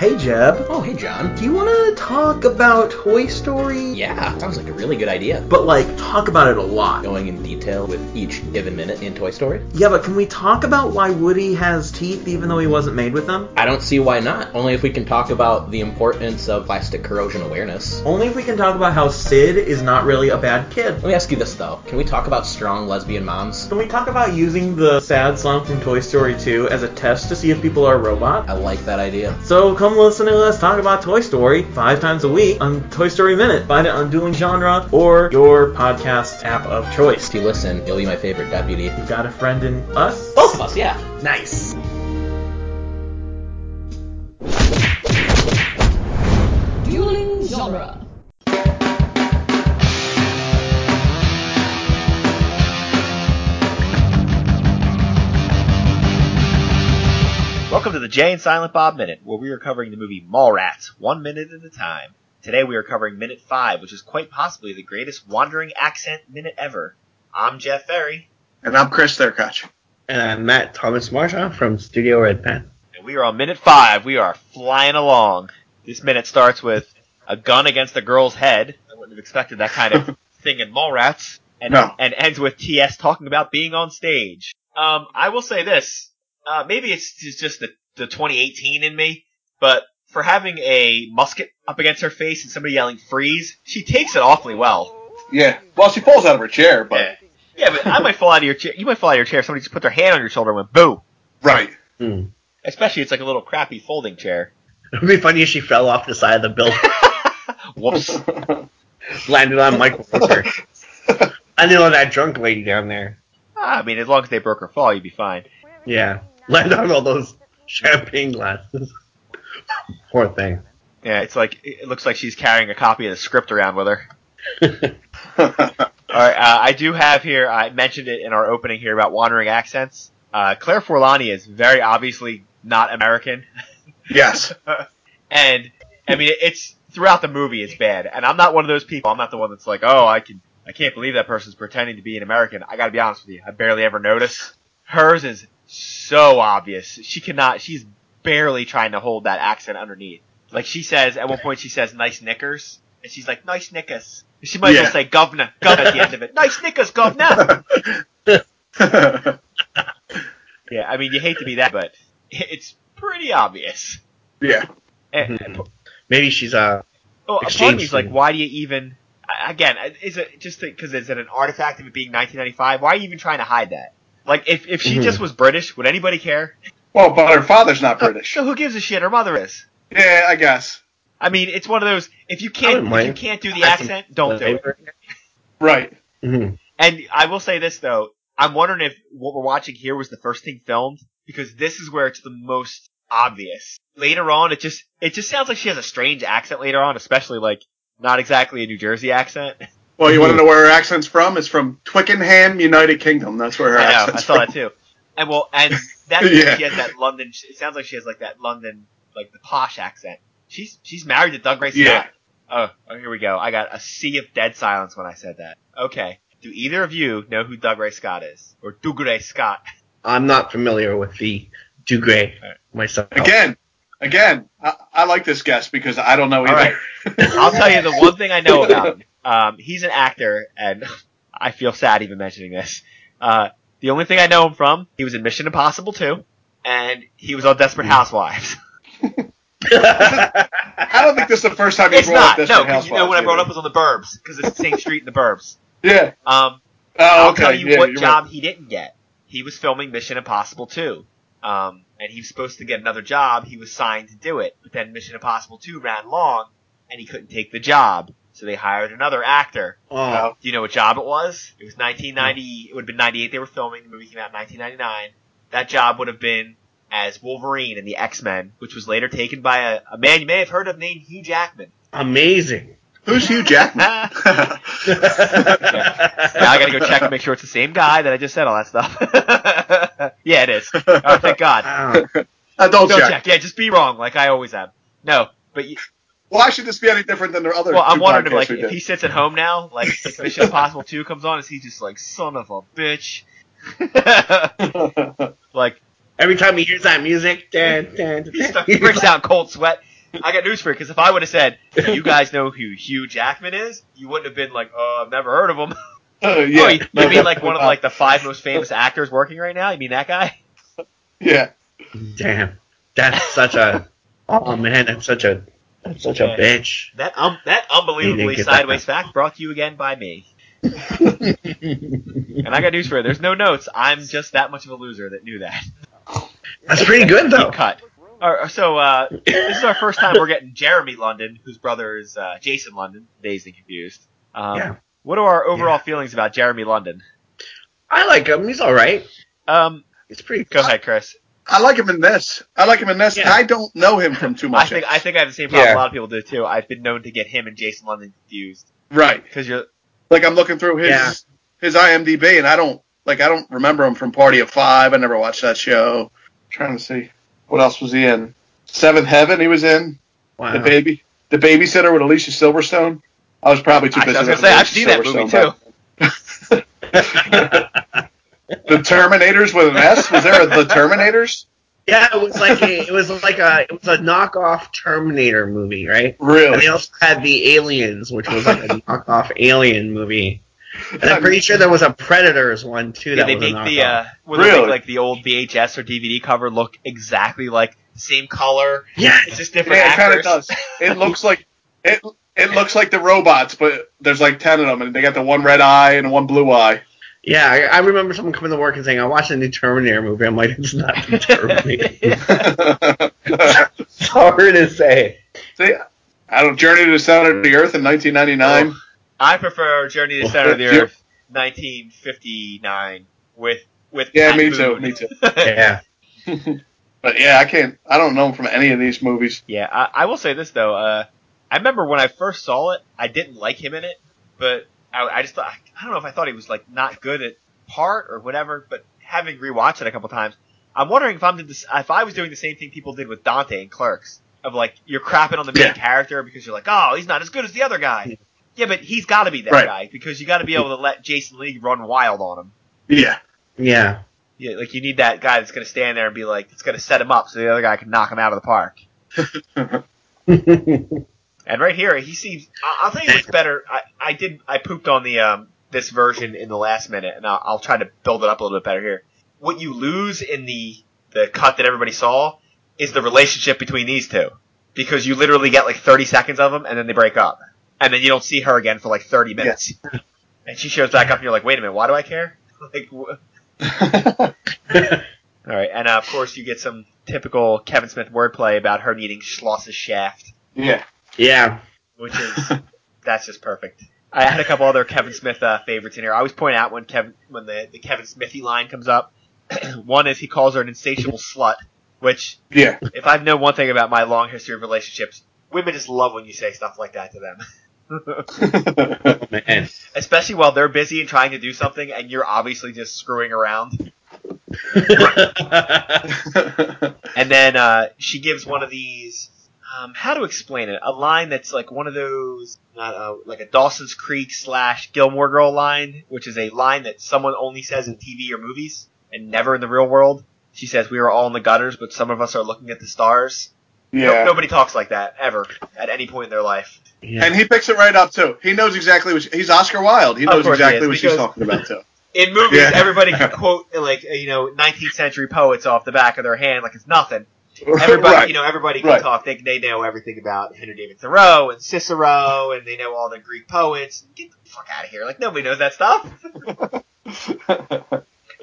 Hey Jeb, Oh, hey, John. do you want to talk about Toy Story? Yeah, sounds like a really good idea. But like, talk about it a lot. Going in detail with each given minute in Toy Story? Yeah, but can we talk about why Woody has teeth even though he wasn't made with them? I don't see why not. Only if we can talk about the importance of plastic corrosion awareness. Only if we can talk about how Sid is not really a bad kid. Let me ask you this, though. Can we talk about strong lesbian moms? Can we talk about using the sad song from Toy Story 2 as a test to see if people are robots? I like that idea. So come listen to us talk about Toy Story five times a week on Toy Story Minute. Find it on Dueling Genre or your podcast app of choice. If you listen, you'll be my favorite deputy. You got a friend in us? Both of us, yeah. Nice. Dueling genre. Welcome to the Jay and Silent Bob Minute, where we are covering the movie Mallrats, one minute at a time. Today we are covering minute five, which is quite possibly the greatest wandering accent minute ever. I'm Jeff Ferry, And I'm Chris Thurkach. And I'm Matt Thomas Marshawn from Studio Red Pen. and we are on minute five. We are flying along. This minute starts with a gun against a girl's head. I wouldn't have expected that kind of thing in Mallrats. And, No. and ends with TS talking about being on stage. Um, I will say this. Uh, maybe it's it's just the, the 2018 in me, but for having a musket up against her face and somebody yelling freeze, she takes it awfully well. Yeah. Well, she falls out of her chair, but Yeah. Yeah, but I might fall out of your chair. You might fall out of your chair if somebody just put their hand on your shoulder and went boo. right. Especially it's like a little crappy folding chair. It would be funny if she fell off the side of the building, Whoops. landed on Michael Rooker. I know that drunk lady down there. Ah, I mean, as long as they broke her fall, you'd be fine. Yeah, landed on all those champagne glasses. Poor thing. Yeah, it's like it looks like she's carrying a copy of the script around with her. All right, uh, I do have here. I mentioned it in our opening here about wandering accents. Uh, Claire Forlani is very obviously not American, yes. and I mean it's throughout the movie it's bad. And I'm not one of those people. I'm not the one that's like, oh, I can, I can't believe that person's pretending to be an American. I got to be honest with you, I barely ever notice. Hers is so obvious. She cannot. She's barely trying to hold that accent underneath. Like she says at one point, she says "nice knickers," and she's like "nice knickers." She might as Yeah. well say "governor," "governor" at the end of it. Nice knickers, governor. yeah, I mean you hate to be that, but it's pretty obvious. yeah. Eh, And- Mm-hmm. Maybe she's uh Oh, a part of exchange me's like, thing. why do you even? I- Again, uh, is it just because is it an artifact of it being 1995? Why are you even trying to hide that? Like, if, if she Mhm. just was British, would anybody care? Well, but her father's not British. So who gives a shit? Her mother is. Yeah, I guess. I mean, it's one of those. If you wouldn't can't, if mind. you can't do the That's some- accent, don't do it. Right. Mhm. And I will say this though, I'm wondering if what we're watching here was the first thing filmed because this is where it's the most obvious. Later on, it just it just sounds like she has a strange accent later on, especially like not exactly a New Jersey accent. Well, you want to know where her accent's from? It's from Twickenham, United Kingdom. That's where her I know, I accent's saw from. that too. And well, and that Yeah. she has that London. It sounds like she has like that London, like the posh accent. She's she's married to Doug Ray Scott. Yeah. Oh, oh, here we go. I got a sea of dead silence when I said that. Okay. Do either of you know who Doug Ray Scott is, or Doug Ray Scott? I'm not familiar with the Dugray myself. Again. Again. I, I like this guest because I don't know All either. I'll tell you the one thing I know about him. Um, he's an actor, and I feel sad even mentioning this. Uh, the only thing I know him from, he was in Mission Impossible 2, and he was on Desperate Mm. Housewives. I don't think this is the first time you it's brought up not, this no, in because you know Housewives when I brought up either. was on the Burbs, because it's the same street in the Burbs. Yeah. Um, Oh, I'll okay. tell you yeah, what you're job he didn't get. He was filming Mission Impossible 2. Um, and he was supposed to get another job. He was signed to do it. But then Mission Impossible 2 ran long, and he couldn't take the job. So they hired another actor. Oh, Do you know what job it was? It was 1990. It would have been 98. They were filming. The movie came out in 1999. That job would have been as Wolverine in the X Men, which was later taken by a, a man you may have heard of named Hugh Jackman. amazing. Who's Hugh Jackman? now I gotta go check and make sure it's the same guy that I just said all that stuff. yeah, it is. Oh, thank God. Wow. Adult Don't check. check. Yeah, just be wrong, like I always am. No, but you, Why should this be any different than the other? well, I'm two wondering podcasts if, like we if did? he sits at home now, like if Mission Impossible Two comes on, is he just like son of a bitch? like Uh, Every time he hears that music, dun, dun, dun, He, stuck, he breaks out in cold sweat. I got news for you because if I would have said, "Do you guys know who Hugh Jackman is?" You wouldn't have been like, "Oh, I've never heard of him." Uh, Oh, yeah. you, you mean like one of like the five most famous actors working right now? You mean that guy? Yeah. Damn, that's such a. Oh man, that's such a. That's such a Yeah. bitch. That um, that unbelievably get sideways fact brought to you again by me. and I got news for you. There's no notes. I'm just that much of a loser that knew that. That's pretty good though. Deep cut. All right, so uh, this is our first time we're getting Jeremy London, whose brother is uh, Jason London. Dazed and confused. Um, Yeah. What are our overall feelings about Jeremy London? I like him. He's all right. Um, He's pretty. go ahead, Chris. I like him in this. I like him in this. Yeah. I don't know him from too I much. think I think I have the same problem. Yeah. A lot of people do too. I've been known to get him and Jason London confused right. because you're Like I'm looking through his Yeah. his IMDb, and I don't like I don't remember him from Party of Five. I never watched that show. trying to see what else was he in. Seventh Heaven. He was in Wow. the baby the babysitter with Alicia Silverstone. I was probably too I busy. was gonna with say, I've Alicia seen that movie, Silverstone back then. the Terminators with an S. Was there a The Terminators? Yeah, it was like a, it was like a it was a knockoff Terminator movie, right? And they Really? also had the Aliens, which was like a knockoff Alien movie. And I'm pretty sure there was a Predators one too. Yeah, that they was a make the knockoff. uh, where they make Really? like the old VHS or DVD cover look exactly like same color. It's yes, just different Yeah, it kind of actors. does. It looks like it. It looks like the robots, but there's like ten of them, and they got the one red eye and one blue eye. yeah. I, I remember someone coming to work and saying, "I watched a new Terminator movie." I'm like, "It's not the Terminator." Sorry to say. See, I don't Journey to the Center of the Earth in 1999. I prefer Journey to the Center of the You're- Earth, 1959, with with yeah, Pat me too. Boone. Me too. Yeah, But yeah, I can't. I don't know him from any of these movies. Yeah, I, I will say this though. Uh, I remember when I first saw it, I didn't like him in it, but I, I just thought I don't know if I thought he was like not good at part or whatever. But having rewatched it a couple times, I'm wondering if I'm did this, if I was doing the same thing people did with Dante and Clerks of like you're crapping on the main Yeah. character because you're like, oh, he's not as good as the other guy. Yeah, but he's got to be that Right. guy because you got to be able to let Jason Lee run wild on him. Yeah. yeah. Yeah, like you need that guy that's going to stand there and be like, it's going to set him up so the other guy can knock him out of the park. And right here, he seems. I- I'll tell you what's better. I, I did. I pooped on the um this version in the last minute, and I'll, I'll try to build it up a little bit better here. What you lose in the the cut that everybody saw is the relationship between these two, because you literally get like 30 seconds of them, and then they break up, and then you don't see her again for like 30 minutes, and she shows back up, and you're like, wait a minute, why do I care? like, wh- all right, and uh, of course you get some typical Kevin Smith wordplay about her needing Schloss's shaft. yeah. yeah. which is that's just perfect. I had a couple other Kevin Smith uh, favorites in here. I always point out when Kevin when the, the Kevin Smithy line comes up. one is he calls her an insatiable slut, which Yeah. if I've known one thing about my long history of relationships, women just love when you say stuff like that to them. Man. Especially while they're busy and trying to do something and you're obviously just screwing around. And then uh, she gives one of these um, how to explain it? A line that's like one of those, not uh, like a Dawson's Creek slash Gilmore Girl line, which is a line that someone only says in TV or movies and never in the real world. She says, "We are all in the gutters, but some of us are looking at the stars." No- yeah. nobody talks like that ever at any point in their life. Yeah. And he picks it right up too. He knows exactly what she, he's Oscar Wilde. He Of knows course he exactly is, what she's because- talking about too. In movies, Yeah. everybody can quote like you know 19th century poets off the back of their hand like it's nothing. Everybody, right. you know, everybody can Right. talk. They, they know everything about Henry David Thoreau and Cicero, and they know all the Greek poets. Get the fuck out of here! Like nobody knows that stuff.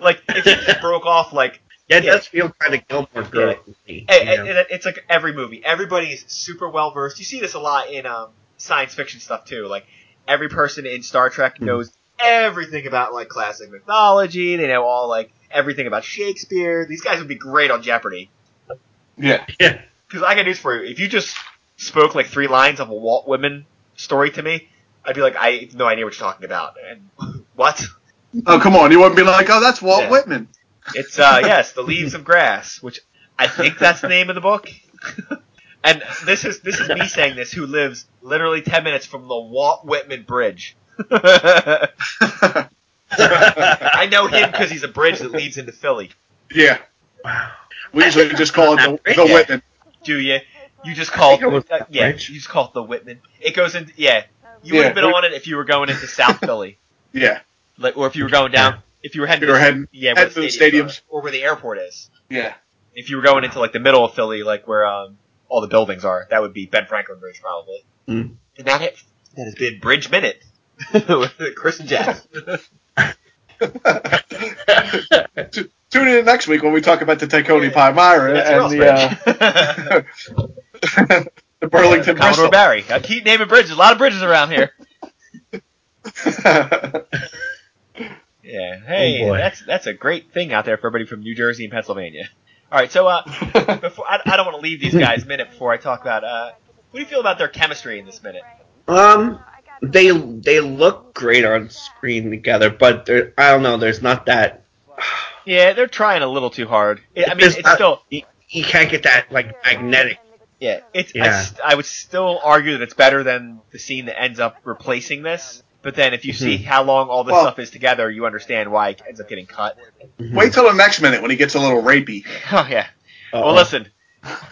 like if you just broke off, like yeah, it does feel kind of Gilmore Girl. Yeah. eh, eh, eh, it's like every movie. Everybody's super well versed. You see this a lot in um, science fiction stuff too. Like every person in Star Trek Hmm. knows everything about like classic mythology. They know all like everything about Shakespeare. These guys would be great on Jeopardy. yeah. yeah. Because I got news for you. If you just spoke like three lines of a Walt Women story to me, I'd be like, I have no idea what you're talking about. And what? Oh come on! You wouldn't be like, oh, that's Walt Yeah. Whitman. It's uh yes, the leaves of grass, which I think that's the name of the book. and this is this is me saying this, who lives literally ten minutes from the Walt Whitman Bridge. I know him because he's a bridge that leads into Philly. Yeah. Wow. We usually just call it the, the Whitman. Do you? You just called, I think uh, yeah. right? You just called the Whitman. It goes in, yeah. You would Yeah. have been on it if you were going into South Philly, Yeah, like, or if you were going down, if you were heading, If you were to- heading- yeah, where heading to the stadiums, stadiums. are, or where the airport is. yeah. If you were going into like the middle of Philly, like where um all the buildings are, that would be Ben Franklin Bridge probably. Mm-hmm. Mm. And that hit, that has been Bridge Minute with Chris and Jeff. Tu- Tune in next week when we talk about the Tacony Palmyra and That's the uh, the Burlington Commodore Bristol. Barry. I keep naming bridges. A lot of bridges around here. Oh, Yeah. Hey, boy. that's that's a great thing out there for everybody from New Jersey and Pennsylvania. All right, so uh, before I, I don't want to leave these guys a minute before I talk about uh, what do you feel about their chemistry in this minute? Um, they they look great on screen together, but there- I don't know. There's not that. Yeah, they're trying a little too hard. I mean, there's it's not- still You, you can't get that like magnetic. yeah, it's I Yeah. s- I, would still argue that it's better than the scene that ends up replacing this. But then if you Hmm. see how long all this Well- stuff is together, you understand why it ends up getting cut. Wait till the next minute when he gets a little rapey. Oh yeah. Well, Uh-oh. listen.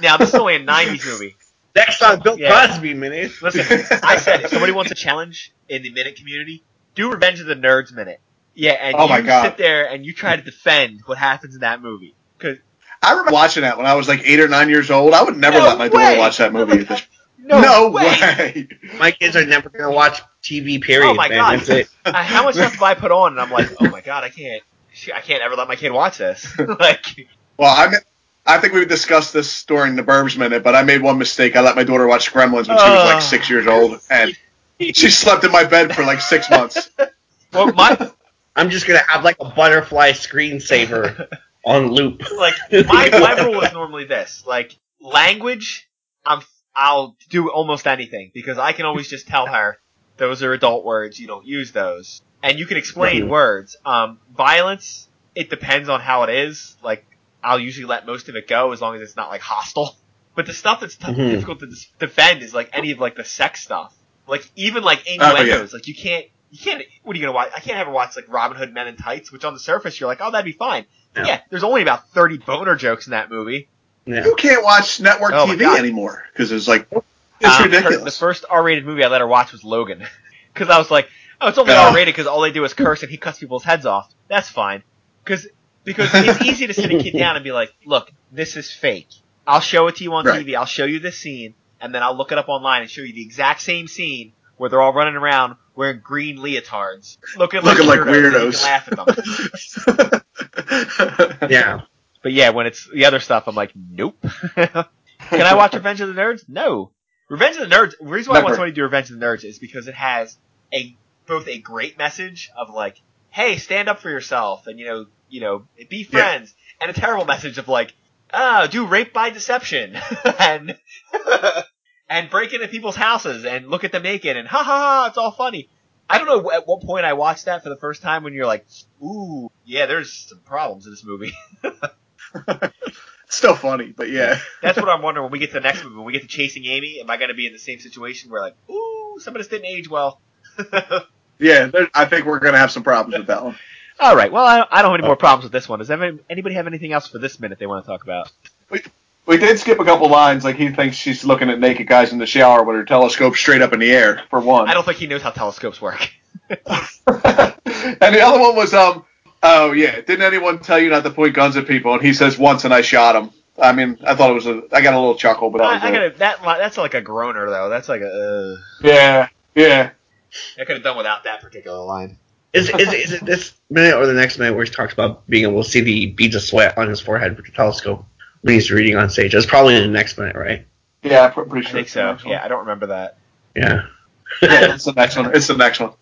Now this is only a '90s movie. Next on Bill Yeah. Cosby minute. Listen, I said if somebody wants a challenge in the minute community, do Revenge of the Nerds minute. Yeah, and Oh you my God. sit there and you try to defend what happens in that movie. Cause I remember watching that when I was like eight or nine years old. I would never No let my way! daughter watch that movie. at this- no, way. My kids are never gonna watch TV. Period. Oh my man. God. That's it. Uh, how much stuff have I put on? And I'm like, oh my god, I can't, I can't ever let my kid watch this. like, Well, I mean, I think we discussed this during the Burbs minute, but I made one mistake. I let my daughter watch Gremlins when she was Ugh. like six years old, and she slept in my bed for like six months. well, my I'm just gonna have like a butterfly screensaver on loop. like my, my rule is normally this: like language, I'm I'll do almost anything because I can always just tell her those are adult words. You don't use those, and you can explain Mhm. words. Um, violence, it depends on how it is. Like I'll usually let most of it go as long as it's not like hostile. But the stuff that's t- Mhm. difficult to dis- defend is like any of like the sex stuff. Like even like yeah. innuendos. Like you can't. You can't. What are you gonna watch? I can't ever watch like Robin Hood Men in Tights, which on the surface you're like, oh, that'd be fine. Yeah. Yeah, there's only about 30 boner jokes in that movie. Yeah. You can't watch network Oh, my TV God. anymore because it's like it's Um, her- The ridiculous. first R-rated movie I let her watch was Logan. Because I was like, oh, it's only Oh. R-rated because all they do is curse and he cuts people's heads off. That's fine. Cause, because it's easy to sit a kid down and be like, look, this is fake. I'll show it to you on Right. TV. I'll show you this scene. And then I'll look it up online and show you the exact same scene where they're all running around wearing green leotards. Looking, Looking like weirdos. like and you can weirdos. laugh at them. Yeah. But yeah, when it's the other stuff, I'm like, nope. Can I watch Revenge of the Nerds? No. Revenge of the Nerds. The reason why I want Never. somebody to do Revenge of the Nerds is because it has a both a great message of like, hey, stand up for yourself, and you know, you know, be friends, and a terrible message of like, ah, do rape by deception, and and break into people's houses and look at them naked, and ha ha ha, it's all funny. I don't know at what point I watched that for the first time when you're like, ooh, yeah, there's some problems in this movie. It's still funny, but yeah. That's what I'm wondering when we get to the next movie. When we get to Chasing Amy, am I going to be in the same situation where like, ooh, some of this didn't age well? Yeah, there- I think we're gonna have some problems with that one. All right. Well, I, I don't have any more problems with this one. Does any- anybody have anything else for this minute they want to talk about? We did skip a couple lines, like he thinks she's looking at naked guys in the shower with her telescope straight up in the air, for one. I don't think he knows how telescopes work. and the other one was, um, oh yeah, didn't anyone tell you not to point guns at people? And he says once, and I shot him. I mean, I thought it was a, I got a little chuckle, but that was I, I it. gotta, that li- that's like a groaner though. That's like a. Uh, yeah, yeah. I could have done without that particular line. Is, is, is it this minute or the next minute where he talks about being able to see the beads of sweat on his forehead with the telescope when he's reading on stage? It's probably in the next minute, right? Yeah, I'm pr- pretty I sure. think it's the so. next one. Yeah, I don't remember that. Yeah. yeah, it's the next one. It's the next one.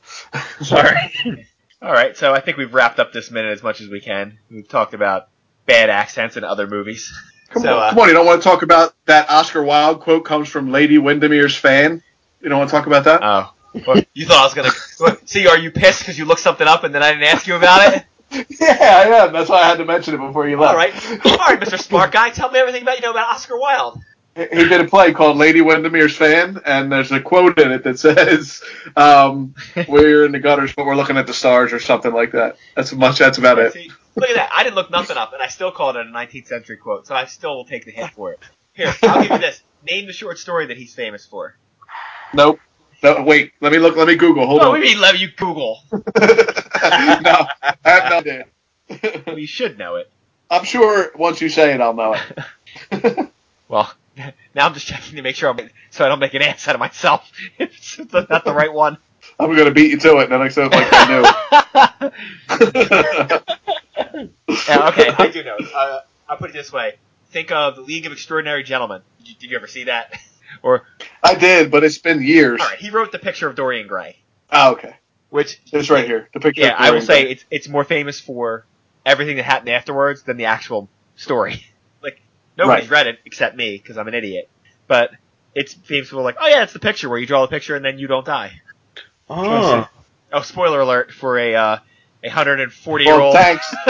Sorry. All right. So I think we've wrapped up this minute as much as we can. We've talked about bad accents in other movies. Come So, on, uh, come on. You don't want to talk about that Oscar Wilde quote comes from Lady Windermere's fan. You don't want to talk about that? Oh. Well, you thought I was gonna what, see? Are you pissed because you looked something up and then I didn't ask you about it? yeah, I am. That's why I had to mention it before you left. All right, all right, Mr. Smart Guy, tell me everything about you know about Oscar Wilde. he did a play called Lady Windermere's Fan, and there's a quote in it that says, um, "We're in the gutters, but we're looking at the stars," or something like that. That's much. That's about it. See, look at that. I didn't look nothing up, and I still called it a 19th century quote, so I still will take the hit for it. Here, I'll give you this. Name the the short story that he's famous for? Nope. No, wait, let me look. Let me Google. Hold oh, on. we mean let you Google. no, I have no idea. well, you should know it. I'm sure once you say it, I'll know it. Well, now I'm just checking to make sure I'm so I don't make an ass out of myself. if it's not the right one. I'm gonna beat you to it, and then I said like I knew. Yeah, okay, I do know. Uh, I'll put it this way: think of the League of Extraordinary Gentlemen. Did you, did you ever see that? or I did, but it's been years. all right, he wrote the picture of Dorian Gray, Oh, okay. which It's right here. The picture. yeah, of I will Dorian say Gray. it's it's more famous for everything that happened afterwards than the actual story. like nobody's read it except me because I'm an idiot. But it's famous for like, oh yeah, it's the picture where you draw the picture and then you don't die. Oh, Oh, spoiler alert for a uh, a hundred and forty year Well, old thanks.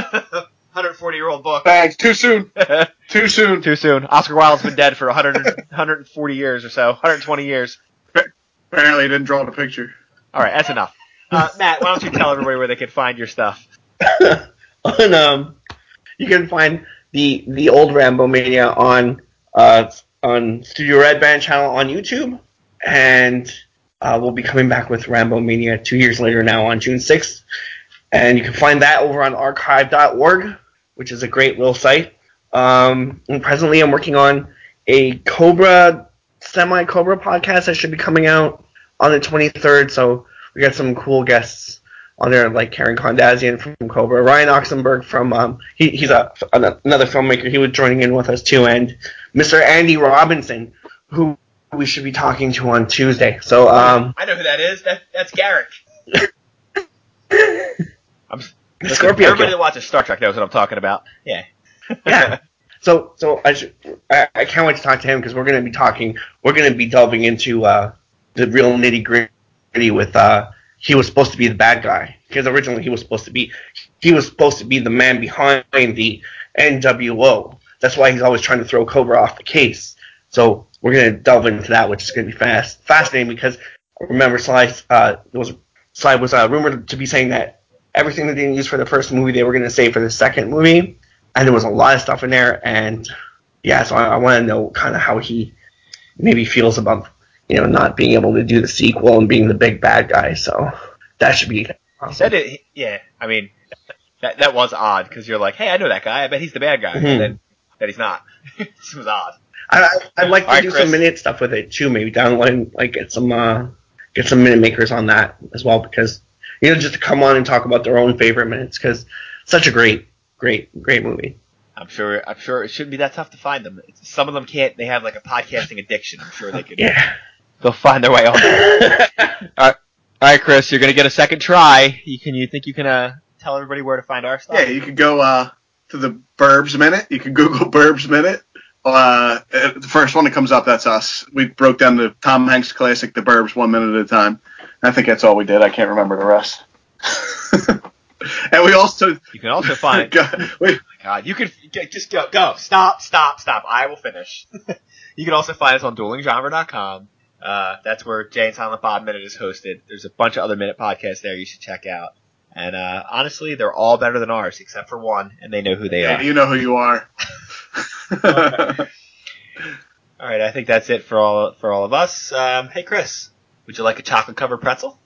hundred and forty year old book. Thanks. Too soon. Too soon. Too soon. Oscar Wilde's been dead for 100, 140 years or so, 120 years. Apparently, I didn't draw the picture. All right, that's enough. Uh, Matt, why don't you tell everybody where they can find your stuff? on um, you can find the the old Rambo Mania on uh on Studio Red Band channel on YouTube, and uh, we'll be coming back with Rambo Mania two years later now on June sixth, and you can find that over on archive.org, which is a great little site. Um, and presently, I'm working on a Cobra semi Cobra podcast that should be coming out on the 23rd. So we got some cool guests on there like Karen Kondazian from Cobra, Ryan Oxenberg from um, he, he's a an- another filmmaker. He was joining in with us too, and Mr. Andy Robinson, who we should be talking to on Tuesday. So um, I know who that is. That, that's Garrick. I'm, s- listen, Scorpio, everybody that Kid. watches Star Trek knows what I'm talking about. Yeah. yeah. So so I, should, I I can't wait to talk to him because we're going to be talking. We're going to be delving into uh, the real nitty gritty with. Uh, he was supposed to be the bad guy because originally he was supposed to be he was supposed to be the man behind the NWO. That's why he's always trying to throw Cobra off the case. So we're gonna delve into that, which is gonna be fast fascinating because I remember Sly uh, was Sly was uh, rumored to be saying that everything they didn't use for the first movie they were gonna save for the second movie, and there was a lot of stuff in there. And yeah, so I, I want to know kind of how he maybe feels about you know not being able to do the sequel and being the big bad guy. So that should be awesome. That is, yeah, I mean, that, that was odd because you're like, hey, I know that guy. I bet he's the bad guy. Mhm. And then that he's not. this was odd. I, I- I'd like to All right, do Chris. some minute stuff with it too. Maybe down the line, like get some uh, get some minute makers on that as well because you know just to come on and talk about their own favorite minutes because such a great, great, great movie. I'm sure. I'm sure it shouldn't be that tough to find them. It's- Some of them can't. They have like a podcasting addiction. I'm sure they could. Yeah. They'll find their way on. All right, Chris, you're gonna get a second try. You can. You think you can uh, tell everybody where to find our stuff? Yeah, you could go uh, to the Burbs Minute. You can Google Burbs Minute. Uh, uh, the first one that comes up, that's us. We broke down the Tom Hanks classic, The Burbs, one minute at a time. I think that's all we did. I can't remember the rest. and we also You can also find. we, God, you can g- just go. Go. Stop. Stop. Stop. I will finish. you can also find us on duelinggenre.com. Uh, that's where Jay and Silent Bob Minute is hosted. There's a bunch of other Minute podcasts there you should check out. And uh, honestly, they're all better than ours except for one, and they know who they are. yeah, you know who you are. All right, I think that's it for all for all of us. Um, hey, Chris, would you like a chocolate covered pretzel?